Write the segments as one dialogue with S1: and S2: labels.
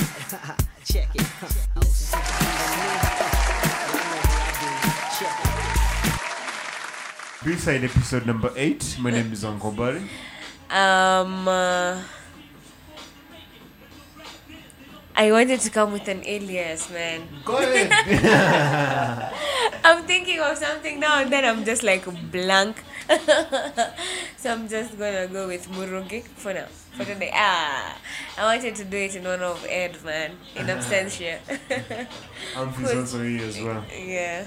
S1: Check it. Oh, see, you know me. Y'all know what I do. Check it.
S2: B-side episode number eight. My name is Uncle Barry.
S3: Um, uh, I wanted to come with an alias, man.
S2: Go ahead.
S3: I'm thinking of something now, and then I'm just like blank. so I'm just gonna go with Murugi for now. For today, ah, I wanted to do it in honor of Ed, man, in absentia.
S2: Humphrey's also here as well.
S3: yeah.
S2: Yeah.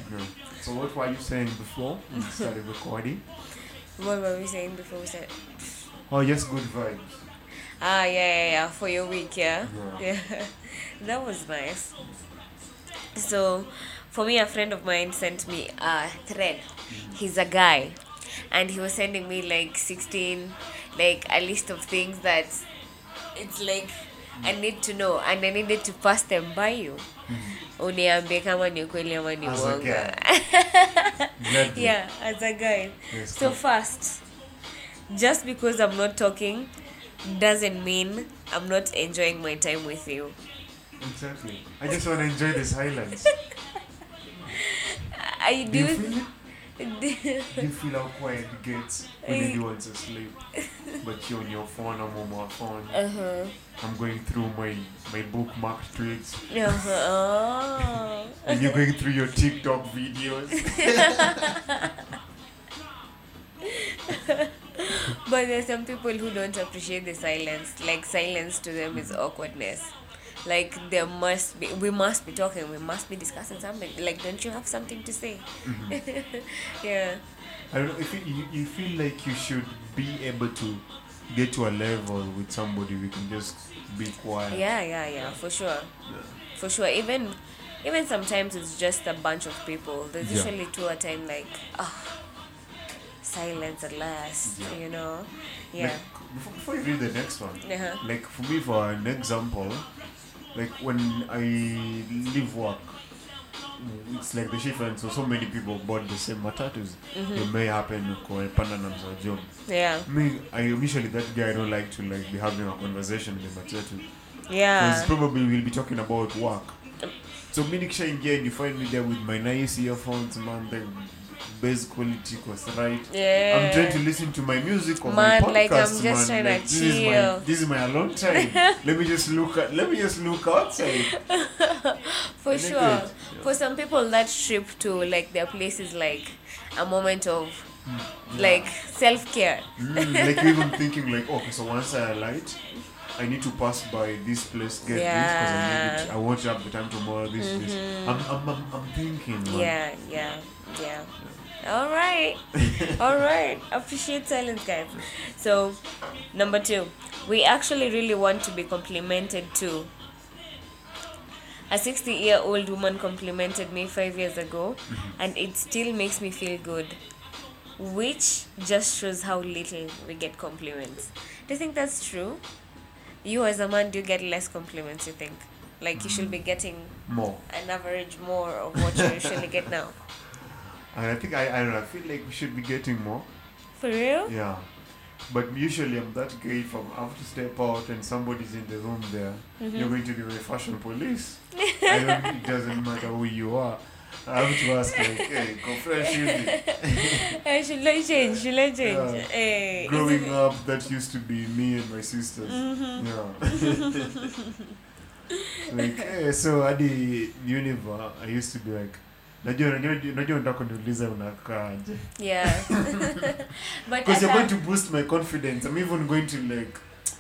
S2: So what were you saying before we started recording?
S3: What were we saying before we started?
S2: Oh, yes, good vibes.
S3: Ah, yeah, yeah, yeah, for your week, yeah?
S2: Yeah.
S3: Yeah. that was nice. So, for me, a friend of mine sent me a thread.
S2: Mm-hmm.
S3: He's a guy. And he was sending me like 16, like a list of things that it's like I
S2: Mm.
S3: need to know and I needed to pass them by you. Uniambie kama ni ukweli ama ni
S2: Mm-hmm. As a
S3: uongo.
S2: Gladly.
S3: Yeah, as a guy.
S2: Yes,
S3: so
S2: come.
S3: first, just because I'm not talking doesn't mean I'm not enjoying my time with you.
S2: Exactly. I just want to enjoy the silence.
S3: I
S2: Do you
S3: do.
S2: feel it? Do you feel how quiet it gets when everyone's asleep? But you're on your phone, I'm on my phone.
S3: uh huh.
S2: I'm going through my, my bookmark tweets.
S3: Uh huh.
S2: And you're going through your TikTok videos.
S3: But there's some people who don't appreciate the silence. Like silence to them is awkwardness. Like there must be, we must be talking, we must be discussing something. Like, don't you have something to say?
S2: Mm-hmm.
S3: yeah.
S2: I don't know if you, you, you feel like you should be able to get to a level with somebody we can just be quiet.
S3: yeah yeah yeah for sure for sure even even sometimes it's just a bunch of people there's
S2: Yeah.
S3: usually two a time like ah silence at last
S2: Yeah.
S3: you know
S2: Like,
S3: yeah
S2: before, before you read the next one,
S3: uh-huh.
S2: like for me, for an example, like when I leave work, it's like the shift and so so many people bought the same matatus.
S3: Hmm. Mm-hmm.
S2: It may happen kwa pandanams or job.
S3: yeah
S2: Me, I am usually that guy I don't like to like be having a conversation with the matatu. Because
S3: yeah
S2: probably we'll be talking about work. So me nikishaingia and you find me there with my nice earphones, man, the bass quality was right.
S3: yeah
S2: I'm trying to listen to my music or
S3: Man,
S2: my podcast,
S3: like, I'm just
S2: man.
S3: trying to
S2: like, this is my
S3: chill.
S2: this is my alone time. let me just look at let me just look outside.
S3: for
S2: And it
S3: sure
S2: is, yeah.
S3: for some people that trip to like their place is like a moment of
S2: Mm. Yeah.
S3: like self-care
S2: Mm, like you're even thinking like, okay, so once I alight, I need to pass by this place, get this because I need it.
S3: Yeah. Mm-hmm.
S2: I won't have the time tomorrow. This this. I'm, I'm, I'm, I'm thinking. Man.
S3: yeah yeah yeah all right all right appreciate silence guys so number two we actually really want to be complimented too a 60 year old woman complimented me five years ago and it still makes me feel good which just shows how little we get compliments do you think that's true you as a man do get less compliments you think like you should be getting
S2: More.
S3: an average more of what you usually get now.
S2: And I think I, I don't know. I feel like we should be getting more.
S3: For real?
S2: Yeah. But usually I'm that guy from after step out and somebody's in the room there,
S3: Mm-hmm.
S2: you're going to be my fashion police. I don't, it doesn't matter who you are. I have to ask like, hey, confession.
S3: Eh, should I change? Should I change?
S2: Yeah.
S3: Eh, is
S2: Growing
S3: it-
S2: up, that used to be me and my sisters.
S3: Mm-hmm.
S2: Yeah. like, hey, so hadi Univer, I used to be like, najua najua najua unataka kuniuliza unakaaje
S3: Yeah. but
S2: because
S3: as
S2: you're
S3: a,
S2: going to boost my confidence i'm even going to like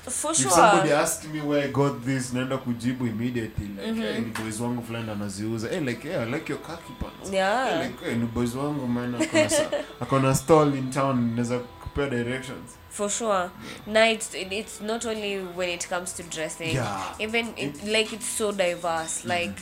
S3: for
S2: if somebody
S3: sure.
S2: asked me where I got this naenda kujibu immediately like
S3: Mm-hmm.
S2: mm -hmm. hey, ni boys wangu fulani anaziuza hey, like yeah, I like your khaki pants hey,
S3: Yeah.
S2: Eh, like hey, ni boys wangu man akona sa- akona stall in town naweza kupea directions
S3: For sure. Now it's it- it's not only when it comes to dressing.
S2: Yeah. Mm-hmm.
S3: Even it, like it's so diverse. Like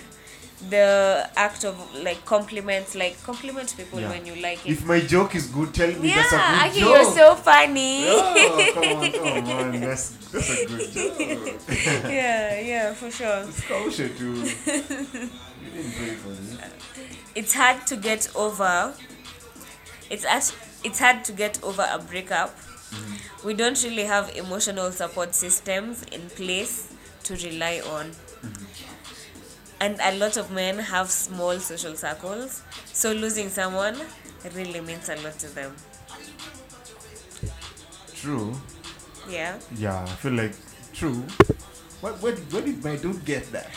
S3: the act of like compliments, like compliment people
S2: Yeah.
S3: when you like it.
S2: if my joke is good tell me that's
S3: yeah,
S2: a good
S3: Aki,
S2: joke
S3: you're so funny.
S2: Yeah, come on, come on, that's, that's a good joke.
S3: yeah, yeah, for sure.
S2: It's culture too. You didn't pay for this.
S3: it's hard to get over it's act- it's hard to get over a Mm-hmm. breakup we don't really have emotional support systems in place to rely on. And a lot of men have small social circles, so losing someone really means a lot to them.
S2: True.
S3: Yeah.
S2: Yeah, I feel like true. What what what if I don't get that?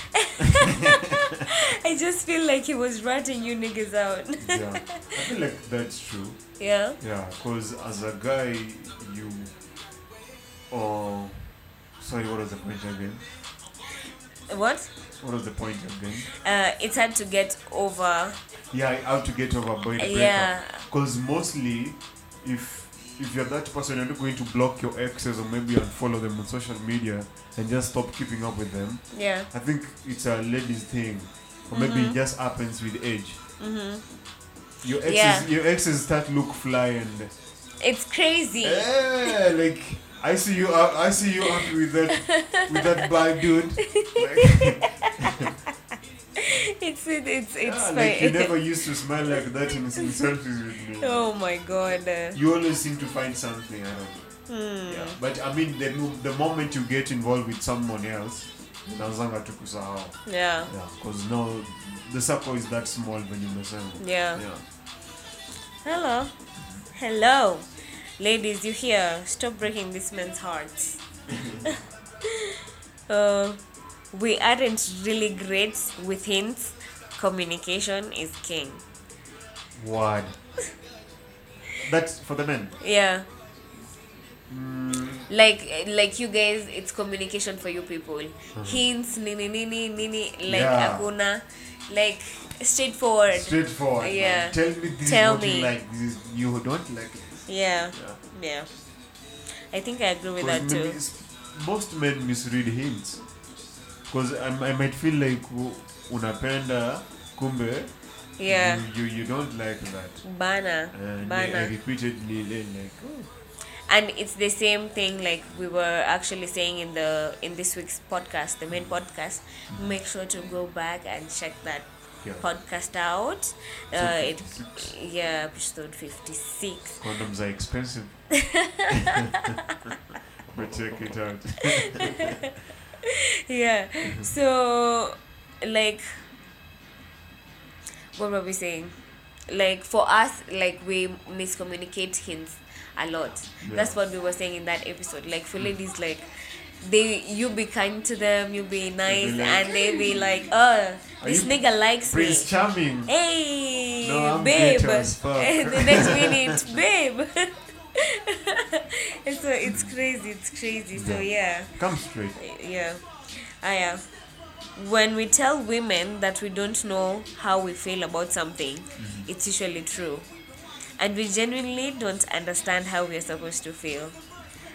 S3: I just feel like he was ratting you niggas out.
S2: yeah, I feel like that's true.
S3: yeah.
S2: Yeah, because as a guy, you. Oh, sorry. What was the point again?
S3: What?
S2: What was the point again?
S3: Uh, it's hard to get over.
S2: Yeah, how to get over boy
S3: Yeah.
S2: Because mostly, if if you're that person, you're not going to block your exes or maybe unfollow them on social media and just stop keeping up with them.
S3: Yeah.
S2: I think it's a ladies thing, or maybe
S3: Mm-hmm.
S2: it just happens with age.
S3: hmm
S2: Your exes,
S3: Yeah.
S2: your exes start look fly and
S3: It's crazy.
S2: eh, like I see you, out- I see you happy with that with that bad dude. Like,
S3: It's it, it's it's
S2: ah,
S3: fine.
S2: like you never used to smile like that in, in selfies with me.
S3: oh my god. Uh,
S2: You always seem to find something. I don't know.
S3: hmm.
S2: Yeah. But I mean, the, mo- the moment you get involved with someone else, unaanzanga tu kusahau.
S3: Yeah.
S2: Yeah, because now the circle is that small when you mess up.
S3: Yeah.
S2: Yeah.
S3: Hello. Hello. Ladies, you here. Stop breaking this man's heart. uh, we aren't really great with hints. Communication is king.
S2: Word. That's for the men.
S3: Yeah.
S2: Mm,
S3: Like like you guys, it's communication for you people. Hints, nini nini nini like
S2: Mm-hmm. Yeah.
S3: hakuna like straightforward.
S2: straightforward. man.
S3: Yeah.
S2: Tell me this
S3: Tell
S2: is what
S3: me.
S2: you like. This is, you don't like this.
S3: Yeah.
S2: Yeah.
S3: Yeah. I think I agree with
S2: 'Cause
S3: that
S2: maybe
S3: too.
S2: it's- Most men misread hints. Because I, I might feel like "Oh, unapenda kumbe
S3: Yeah.
S2: you, you you don't like that.
S3: Bana.
S2: And I- I
S3: Bana.
S2: repeatedly learn like oh,
S3: And it's the same thing like we were actually saying in the in this week's podcast, the main podcast. Make sure to go back and check that
S2: Yeah.
S3: podcast out. Uh, it
S2: 56.
S3: yeah, episode fifty six.
S2: condoms are expensive. but check it out.
S3: yeah
S2: Mm-hmm.
S3: so like what were we saying like for us like we miscommunicate hints a lot that's
S2: Yeah.
S3: what we were saying in that episode like for
S2: Mm.
S3: ladies like they you be kind to them you be nice
S2: like,
S3: and they be like oh
S2: Are
S3: this
S2: you
S3: nigga likes me
S2: Prince Charming.
S3: hey
S2: No, I'm
S3: babe
S2: bitter as fuck.
S3: and the next minute babe and so it's crazy it's crazy so
S2: Yeah.
S3: yeah
S2: Come straight.
S3: yeah i am when we tell women that we don't know how we feel about something
S2: Mm-hmm.
S3: it's usually true and we genuinely don't understand how we're supposed to feel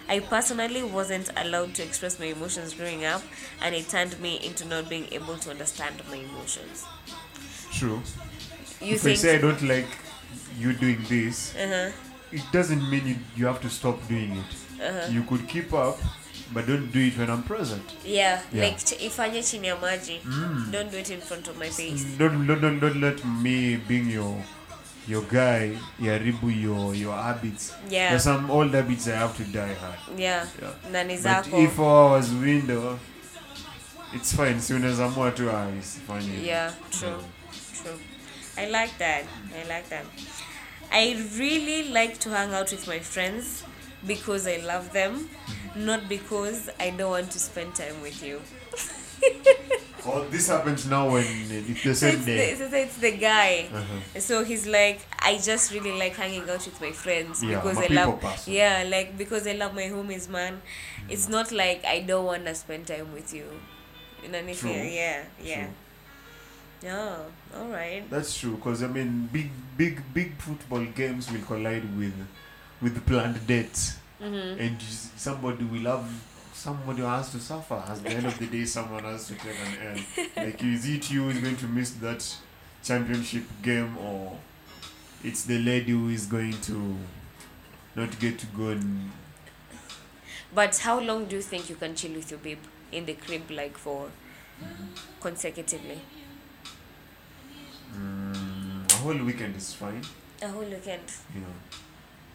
S3: i personally wasn't allowed to express my emotions growing up and it turned me into not being able to understand my emotions
S2: True.
S3: you
S2: if I
S3: think
S2: say I don't like you doing this,
S3: uh-huh
S2: it doesn't mean you, you have to stop doing it.
S3: Uh-huh.
S2: You could keep up, but don't do it when I'm present.
S3: yeah,
S2: Yeah. Mm.
S3: like ch- ifanye chini ya maji don't do it in front of my face
S2: Don't, don't, don't, don't let me being your your guy iharibu your your habits.
S3: Yeah.
S2: There's some old habits I have to die hard.
S3: yeah,
S2: Yeah.
S3: na ni
S2: Mm. But
S3: zako
S2: if four hours window, it's fine. Soon as I'm more two hours, fine.
S3: Yeah, true, true. I like that. I like that. I really like to hang out with my friends because I love them, not because I don't want to spend time with you.
S2: Oh, this happens now when it's the
S3: So
S2: same
S3: it's, the,
S2: day.
S3: so it's the guy.
S2: Uh-huh.
S3: So he's like, I just really like hanging out with my friends
S2: Yeah,
S3: because
S2: I'm a
S3: I love,
S2: people person.
S3: yeah, like because I love my homies, man. It's not like I don't want to spend time with you. You know what I mean?
S2: True,
S3: Yeah, yeah.
S2: true.
S3: Yeah, all right.
S2: That's true, because I mean, big, big, big football games will collide with, with planned dates,
S3: Mm-hmm.
S2: and s- somebody will have, somebody has to suffer. At the end of the day, someone has to take an L. Like, is it you who's going to miss that championship game, or it's the lady who is going to not get to go and
S3: But how long do you think you can chill with your babe in the crib like for consecutively?
S2: Mm, a whole weekend is fine,
S3: A whole weekend.
S2: you know.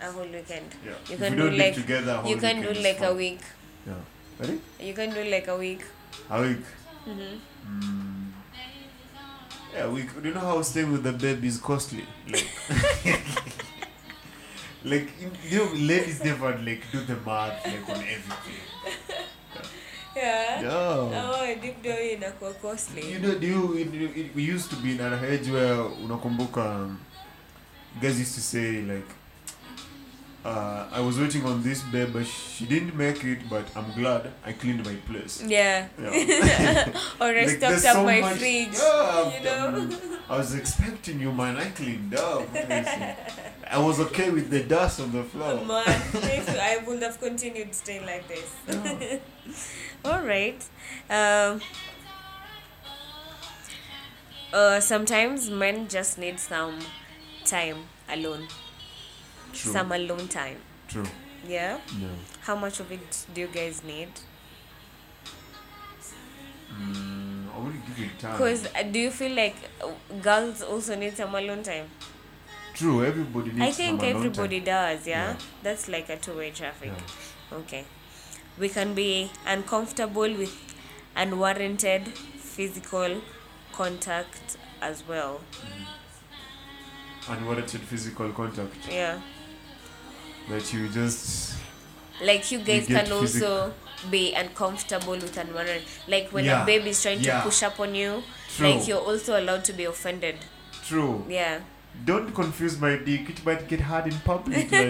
S3: A whole weekend.
S2: Yeah.
S3: You
S2: If
S3: can
S2: we
S3: do
S2: don't live
S3: like-
S2: together. a whole
S3: you can do
S2: weekend is
S3: like a
S2: fine.
S3: week.
S2: Yeah. Ready?
S3: You can do like a week.
S2: A week.
S3: Mm-hmm.
S2: Mm. Yeah, we. Do you know how staying with the baby is costly? Like, like you know, ladies never like do the math like on everything.
S3: Yeah.
S2: Yeah.
S3: Oh, deep down inakuwa costly.
S2: You know, do you? It, it, we used to be in an age where unakumbuka. um, Guys used to say like. Uh, I was waiting on this babe, but she didn't make it. But I'm glad I cleaned my place.
S3: Yeah.
S2: Yeah.
S3: or I
S2: Like,
S3: stocked
S2: there's
S3: up
S2: so
S3: my
S2: much-
S3: fridge.
S2: Yeah,
S3: you know?
S2: um, I was expecting you, man. I cleaned up. Listen, I was okay with the dust on the floor.
S3: Man, if I would have continued staying like this.
S2: Yeah.
S3: All right. Um, uh, sometimes men just need some time alone.
S2: True.
S3: Some alone time.
S2: True.
S3: Yeah.
S2: No.
S3: How much of it do you guys need?
S2: Mm, I wouldn't give it time.
S3: Because do you feel like uh, girls also need some alone time?
S2: True. Everybody needs.
S3: I think
S2: some alone
S3: everybody
S2: Time.
S3: does, yeah?
S2: Yeah.
S3: That's like a two way traffic.
S2: Yeah.
S3: Okay. We can be uncomfortable with unwarranted physical contact as well.
S2: Unwarranted physical contact
S3: Yeah.
S2: that you just.
S3: Like you guys
S2: get
S3: can
S2: physic-
S3: also be uncomfortable with unwarranted. Like when
S2: Yeah.
S3: a baby is trying
S2: Yeah.
S3: to push up on you,
S2: True.
S3: like you're also allowed to be offended.
S2: True.
S3: Yeah.
S2: Don't confuse my dick. It might get hard in public.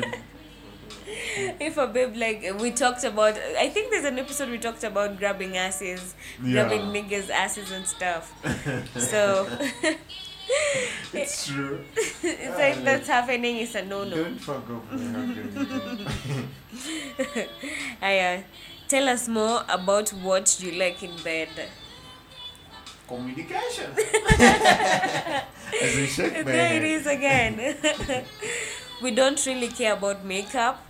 S2: Like,
S3: If a babe like we talked about, I think there's an episode we talked about grabbing asses,
S2: Yeah.
S3: grabbing niggas' asses and stuff. so
S2: it's true.
S3: it's like that's happening is a no no.
S2: Don't fuck up. my
S3: Aya, tell us more about what you like in bed.
S2: Communication. As I shake my
S3: There
S2: head.
S3: it is again. we don't really care about makeup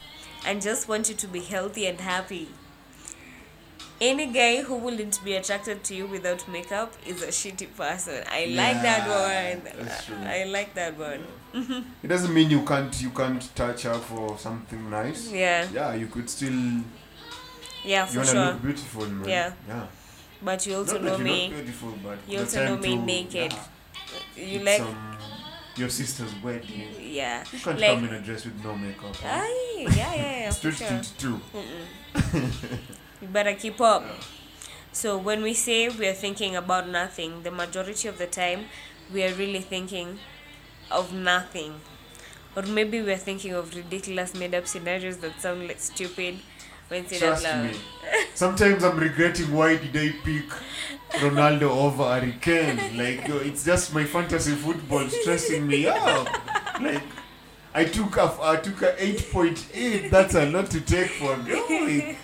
S3: and just want you to be healthy and happy. Any guy who wouldn't be attracted to you without makeup is a shitty person. I like that
S2: Yeah,
S3: one.
S2: that's true.
S3: I like that one.
S2: It doesn't mean you can't you can't touch her for something nice.
S3: Yeah.
S2: Yeah, you could still you
S3: Yeah, for
S2: wanna
S3: sure.
S2: look beautiful, man.
S3: Yeah.
S2: Yeah.
S3: But you also
S2: Not that
S3: know
S2: you're
S3: me.
S2: not beautiful, but
S3: you
S2: the
S3: also know
S2: time
S3: me
S2: to-
S3: naked.
S2: yeah,
S3: You
S2: it's,
S3: like
S2: um, your sister's wedding.
S3: yeah.
S2: You can't
S3: Like-
S2: come in a dress with no makeup. huh?
S3: Aye, yeah, yeah, yeah, for
S2: Straight
S3: sure.
S2: to two.
S3: You better keep up. So when we say we are thinking about nothing, the majority of the time we are really thinking of nothing. Or maybe we are thinking of ridiculous made up scenarios that sound like stupid when said out
S2: Trust
S3: loud.
S2: me. Sometimes I'm regretting why did I pick Ronaldo over Harry Kane. Like yo, it's just my fantasy football stressing me out. Like I took a I took a eight point eight. That's a lot to take for a girl. Like,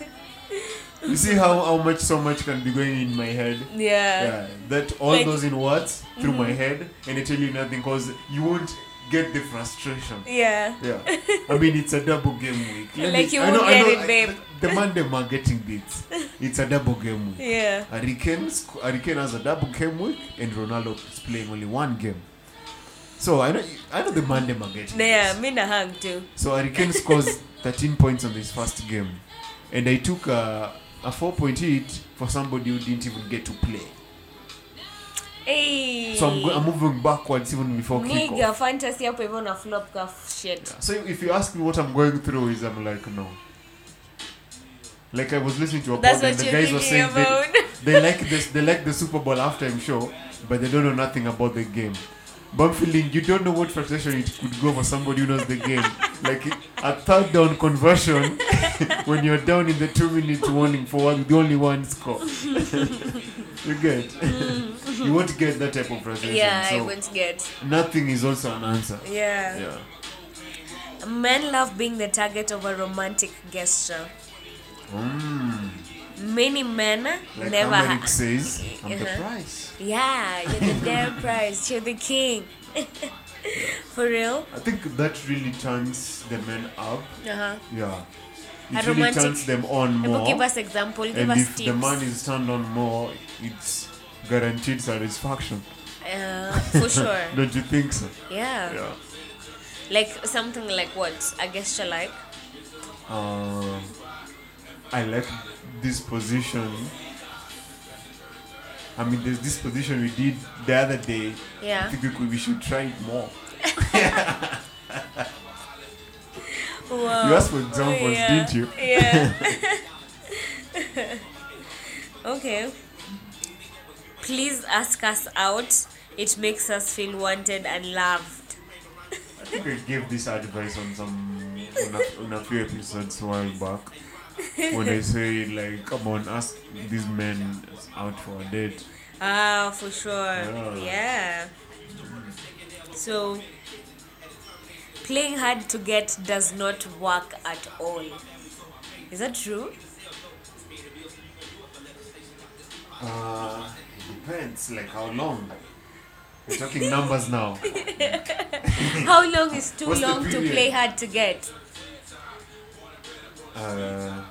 S2: you see how how much so much can be going in my head.
S3: Yeah.
S2: Yeah, that all
S3: Like- mm-hmm.
S2: goes in words through my head, and I tell you nothing because you won't get the frustration.
S3: Yeah.
S2: Yeah, I mean it's a double game week.
S3: Like you
S2: I know-
S3: won't
S2: I
S3: get
S2: know,
S3: it,
S2: I-
S3: babe.
S2: the man them are getting beats. It's a double game week.
S3: Yeah.
S2: Hurricane, sc- Hurricane has a double game week, and Ronaldo is playing only one game. So I know, I know the man them are getting.
S3: Yeah,
S2: beats.
S3: me na hang too.
S2: So Hurricane scores 13 points on his first game, and I took a a four point hit for somebody who didn't even get to play.
S3: Hey.
S2: So I'm, go- I'm moving backwards even before kickoff.
S3: Nigga, fantasy hapo hivyo na flop ka f- shit.
S2: So if you ask me what I'm going through is I'm like no. Like I was listening to a
S3: That's
S2: pod and
S3: what
S2: the
S3: you're
S2: guys were
S3: thinking
S2: saying
S3: about.
S2: they, they like this they like the Super Bowl halftime show, but they don't know nothing about the game. But I'm feeling you don't know what frustration it could go for somebody who knows the game. like a third down conversion when you're down in the two minutes warning for one, the only one score. you get you won't get that type of frustration.
S3: Mm. Yeah, I
S2: so
S3: won't get.
S2: nothing is also an answer.
S3: Yeah.
S2: Yeah.
S3: Men love being the target of a romantic gesture.
S2: Mm.
S3: Many men
S2: Like
S3: never.
S2: Americ
S3: Ha-
S2: says, I'm the
S3: Uh-huh.
S2: price.
S3: yeah, you're the damn prize. You're the king. For real?
S2: I think that really turns the men up.
S3: Uh huh.
S2: Yeah.
S3: A
S2: It really
S3: romantic-
S2: turns them on more.
S3: Give us example. Give
S2: and
S3: us
S2: if
S3: tips.
S2: the man is turned on more, it's guaranteed satisfaction.
S3: uh, for sure.
S2: Don't you think so?
S3: yeah.
S2: Yeah.
S3: Like something like what? A gesture like.
S2: Um, I like this position. I mean, there's this position we did the other day. I
S3: Yeah.
S2: think we, could, we should try it more.
S3: Wow.
S2: You asked for examples,
S3: Oh. yeah.
S2: didn't you?
S3: Yeah. okay. Please ask us out. It makes us feel wanted and loved.
S2: I think we gave this advice on some on a, on a few episodes a while back when I said like, come on, ask these men out for a date.
S3: Ah, for sure.
S2: Yeah.
S3: Yeah. So, playing hard to get does not work at all. Is that true?
S2: Uh, depends, like how long. We're talking numbers now.
S3: How long is too
S2: What's the
S3: long to
S2: period?
S3: play hard to get?
S2: Uh,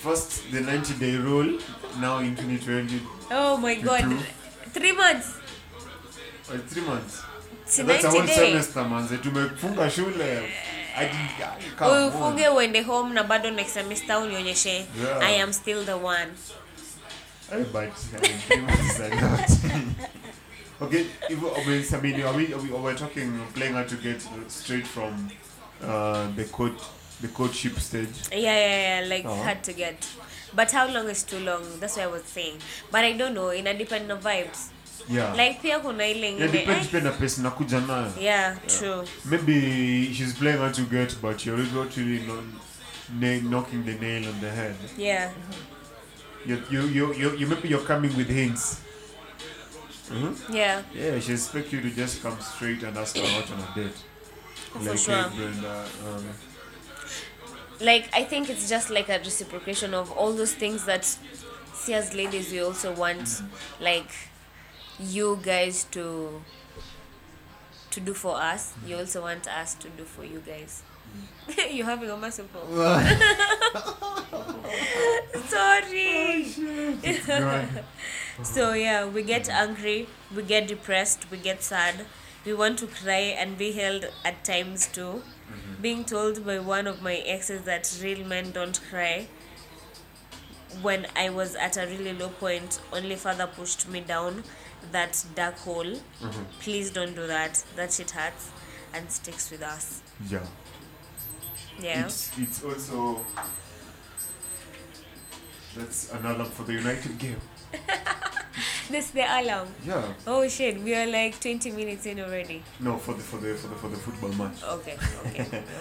S2: first, the 90 day rule, now in 2020,
S3: Oh my
S2: The
S3: god.
S2: truth.
S3: Three months.
S2: or uh, three months.
S3: It's
S2: That's a
S3: 90
S2: whole
S3: days.
S2: semester, manze. Tumefunga shule. I did, I, come on.
S3: ufunge uende home na bado next semester unionyeshe
S2: Yeah.
S3: i am still the one
S2: Hey, but I mean, three months is a lot. okay, if we- I mean, I mean, are we, are we, are we talking playing out to get straight from uh, the court, the courtship stage?
S3: yeah yeah yeah like
S2: Oh.
S3: hard to get but how long is too long that's what i was saying but i don't know ina depend na vibes
S2: Yeah.
S3: like pia kuna ile
S2: Uh-huh. yeah,
S3: ingine
S2: depends
S3: eh?
S2: pia na pesa nakuja nayo.
S3: yeah true
S2: Maybe she's playing out to get, but you're not really not na- knocking the nail on the head.
S3: yeah
S2: You, you, you, you, you maybe you're coming with hints. Mhm.
S3: yeah
S2: Yeah, she expect you to just come straight and ask her out on a date. like,
S3: sure.
S2: hey, Brenda, um,
S3: like i think it's just like a reciprocation of all those things that see as ladies we also want like you guys to to do for us you also want us to do for you guys you're having a massive problem sorry
S2: it's gone.
S3: so yeah we get angry we get depressed we get sad we want to cry and be held at times too being told by one of my exes that real men don't cry when i was at a really low point only father pushed me down that dark hole please don't do that that shit hurts and sticks with us
S2: Yeah.
S3: yeah
S2: It's, it's also. That's an alarm for the United game.
S3: this the alarm
S2: Yeah.
S3: oh shit we are like 20 minutes in already
S2: No, for the for the for the for the football match.
S3: okay okay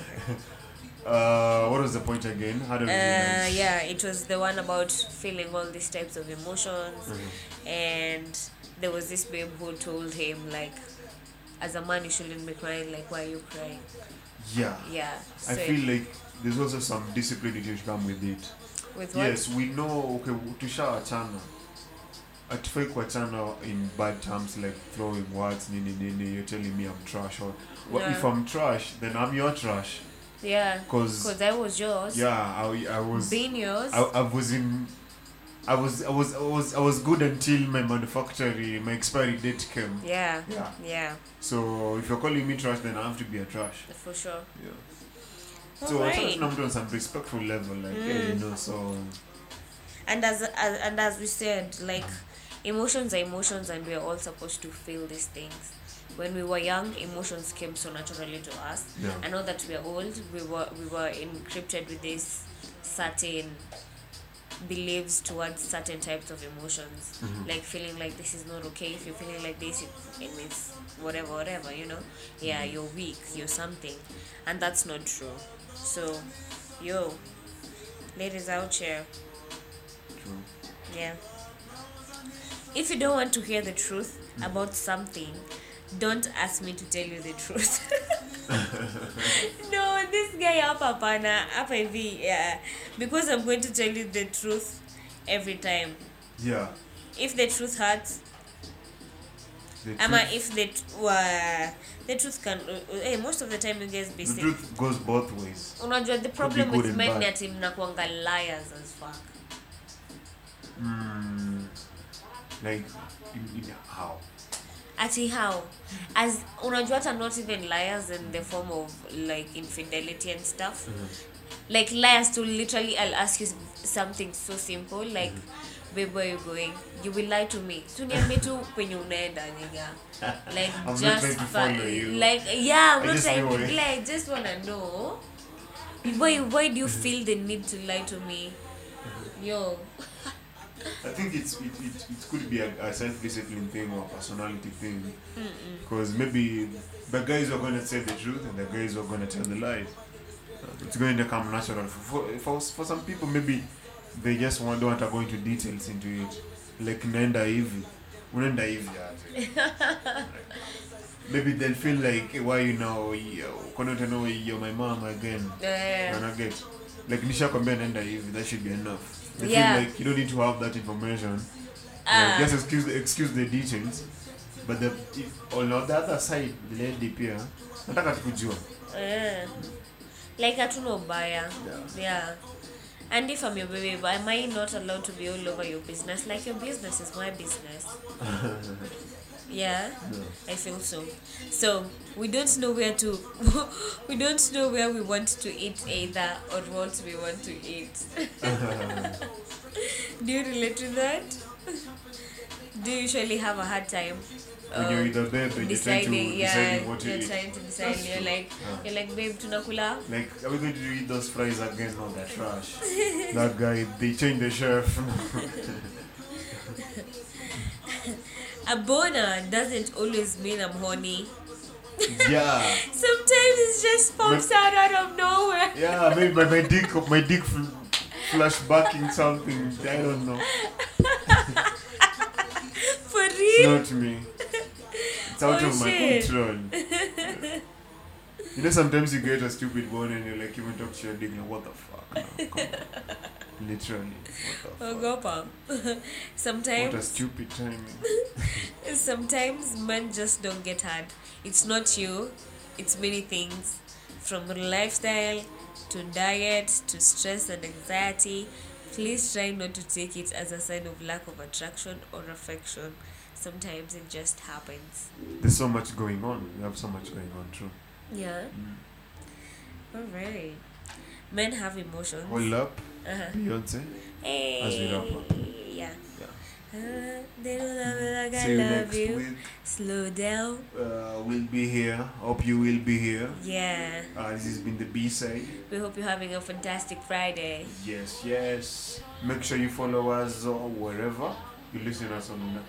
S2: Uh, what was the point again? How do we?
S3: Uh,
S2: realize?
S3: yeah, it was the one about feeling all these types of emotions, and there was this babe who told him like, as a man you shouldn't be crying. Like why are you crying?
S2: Yeah.
S3: Yeah.
S2: I
S3: so
S2: feel like there's also some discipline that should come with it.
S3: with what?
S2: Yes, we know. Okay, tushawachana. atufai kuachana in bad terms like throwing words nini nini you're telling me i'm trash or well,
S3: No.
S2: if i'm trash then i'm your trash
S3: Yeah.
S2: because
S3: Cause I was yours.
S2: yeah i, I was
S3: Being yours.
S2: I, I was in I was I was I was I was good until my manufactory my expiry date came.
S3: yeah.
S2: Yeah.
S3: Yeah.
S2: So if you're calling me trash then I have to be a trash.
S3: For sure.
S2: Yeah. So I
S3: Alright.
S2: think I'm on some respectful level, like hey,
S3: Mm.
S2: you know, so
S3: and as, as and as we said like emotions are emotions and we're all supposed to feel these things when we were young emotions came so naturally to us
S2: Yeah.
S3: i know that we're old we were we were encrypted with these certain beliefs towards certain types of emotions
S2: Mm-hmm.
S3: like feeling like this is not okay if you're feeling like this it, it means whatever whatever you know yeah you're weak you're something and that's not true so yo ladies out here
S2: true.
S3: yeah. If you don't want to hear the truth about something, don't ask me to tell you the truth. no, this guy hapa pana hapa hivi yeah. because I'm going to tell you the truth every time.
S2: Yeah.
S3: If the truth hurts,
S2: The
S3: ama
S2: truth,
S3: if the tr- uh, the truth can uh, hey, most of the time you guys be
S2: the
S3: sick.
S2: truth goes both ways.
S3: Unajua the problem
S2: good
S3: with
S2: and
S3: men
S2: bad.
S3: ni ati mnakuanga liars as fuck.
S2: Mm, like in, in how?
S3: ati how as unajua hata not even liars in the form of like infidelity and stuff like liars to literally i'll ask you something so simple like babe where are you going you will lie to me suniambie tu penye unaenda nigga like
S2: I'm not
S3: just
S2: trying to
S3: fa-
S2: follow you.
S3: like yeah i'm
S2: I
S3: not
S2: just
S3: trying
S2: know
S3: to
S2: it.
S3: like i just wanna know why why do you feel the need to lie to me yo
S2: I think it's it, it, it could be a, a self discipline thing or a personality thing. Because maybe the guys who are going to tell the truth and the guys who are going to tell the lies. Uh, It's going to come natural. For, for, for, for some people, maybe they just want, don't want to go into details into it. Like, nenda hivi. Unaenda hivi aje. Maybe they'll feel like, "Hey, why you now? You're, you're my mom again.
S3: Eh,
S2: And I get like nishakwambia naenda hivi that should be enough I
S3: Yeah.
S2: feel like you don't need to have that information
S3: Ah.
S2: like, just excuse the, excuse the details but the if, on the other side the lady pia nataka tukujua
S3: eh. like hatuna ubaya yeah and if i'm your baby but am i not allowed to be all over your business like your business is my business yeah i feel so so we don't know where to we don't know where we want to eat either or what we want to eat do you relate to that do you usually have a hard time
S2: when you're
S3: um,
S2: with a babe and you're trying to
S3: deciding
S2: deciding
S3: yeah
S2: what you
S3: you're
S2: eat
S3: trying to decide
S2: That's
S3: you're
S2: true.
S3: like
S2: Yeah.
S3: you're like babe tunakula
S2: like are we going to eat those fries again or the trash that guy they changed the chef
S3: a boner doesn't always mean i'm horny
S2: yeah
S3: sometimes it just pops out out of nowhere
S2: yeah maybe my, my dick my dick fl- flashbacking something I don't know
S3: for
S2: It's
S3: real
S2: not me. It's out
S3: Oh,
S2: of my
S3: shit.
S2: control. you know, sometimes you get a stupid one and you're like, even talk to your dick, like, what the fuck? No, come on. Literally, what
S3: Oh,
S2: the fuck?
S3: ogopa
S2: What a
S3: sometimes
S2: stupid timing.
S3: sometimes men just don't get hard it's not you it's many things from lifestyle to diet to stress and anxiety please try not to take it as a sign of lack of attraction or affection sometimes it just happens
S2: There's so much going on. We have so much going on, true.
S3: yeah all right men have emotions
S2: Hold up,
S3: uh-huh.
S2: Beyonce.
S3: hey
S2: As we wrap up.
S3: yeah
S2: Yeah.
S3: Uh, they don't love you like I
S2: See you
S3: love
S2: next
S3: you.
S2: week.
S3: Slow down.
S2: Uh, we'll be here. Hope you will be here.
S3: Yeah.
S2: Uh, this has been the B side.
S3: We hope you're having a fantastic Friday.
S2: Yes, yes. Make sure you follow us or wherever you listen us on.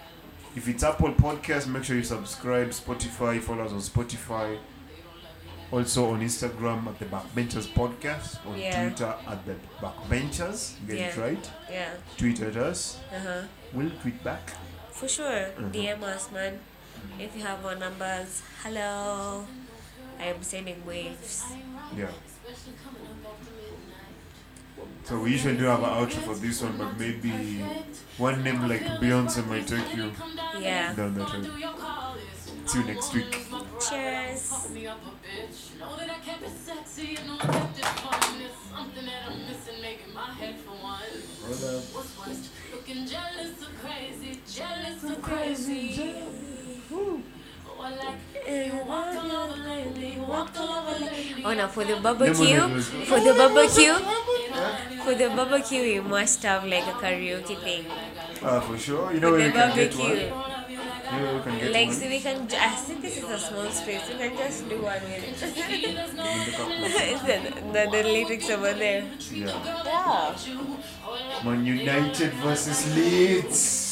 S2: If it's Apple Podcast, make sure you subscribe. Spotify, follow us on Spotify. Also on Instagram at the Backbenchers Podcast. On
S3: Yeah.
S2: Twitter at the Backbenchers. Get it
S3: Yeah.
S2: right.
S3: Yeah.
S2: Tweet at us.
S3: Uh huh.
S2: We'll tweet back.
S3: For sure.
S2: Mhm.
S3: DM us, man. If you have our numbers, hello. I am sending waves.
S2: Yeah. So we usually do have an outro for this one, but maybe one name like Beyonce might take you
S3: Yeah.
S2: down that road. See you next week.
S3: Cheers.
S4: Call me up a bitch. Know that I kept it sexy and know I kept it fun. It's something that I'm missing, making my head for one. What's worse? Looking jealous or crazy, jealous or crazy. Oh, I like it. You walked all over lately, you walked all over lately.
S3: Oh no, for the
S2: Lemonade
S3: barbecue,
S2: was good.
S3: for the barbecue, for the barbecue, you must have like a karaoke thing.
S2: Uh, for sure. You know
S3: For
S2: where
S3: the
S2: you can get one.
S3: barbecue.
S2: You know where you can get
S3: Like,
S2: one.
S3: so we can, ju- I think this is a small space, we can just do one minute. the, the, the lyrics over there.
S2: Yeah.
S3: Yeah.
S2: Man United versus Leeds.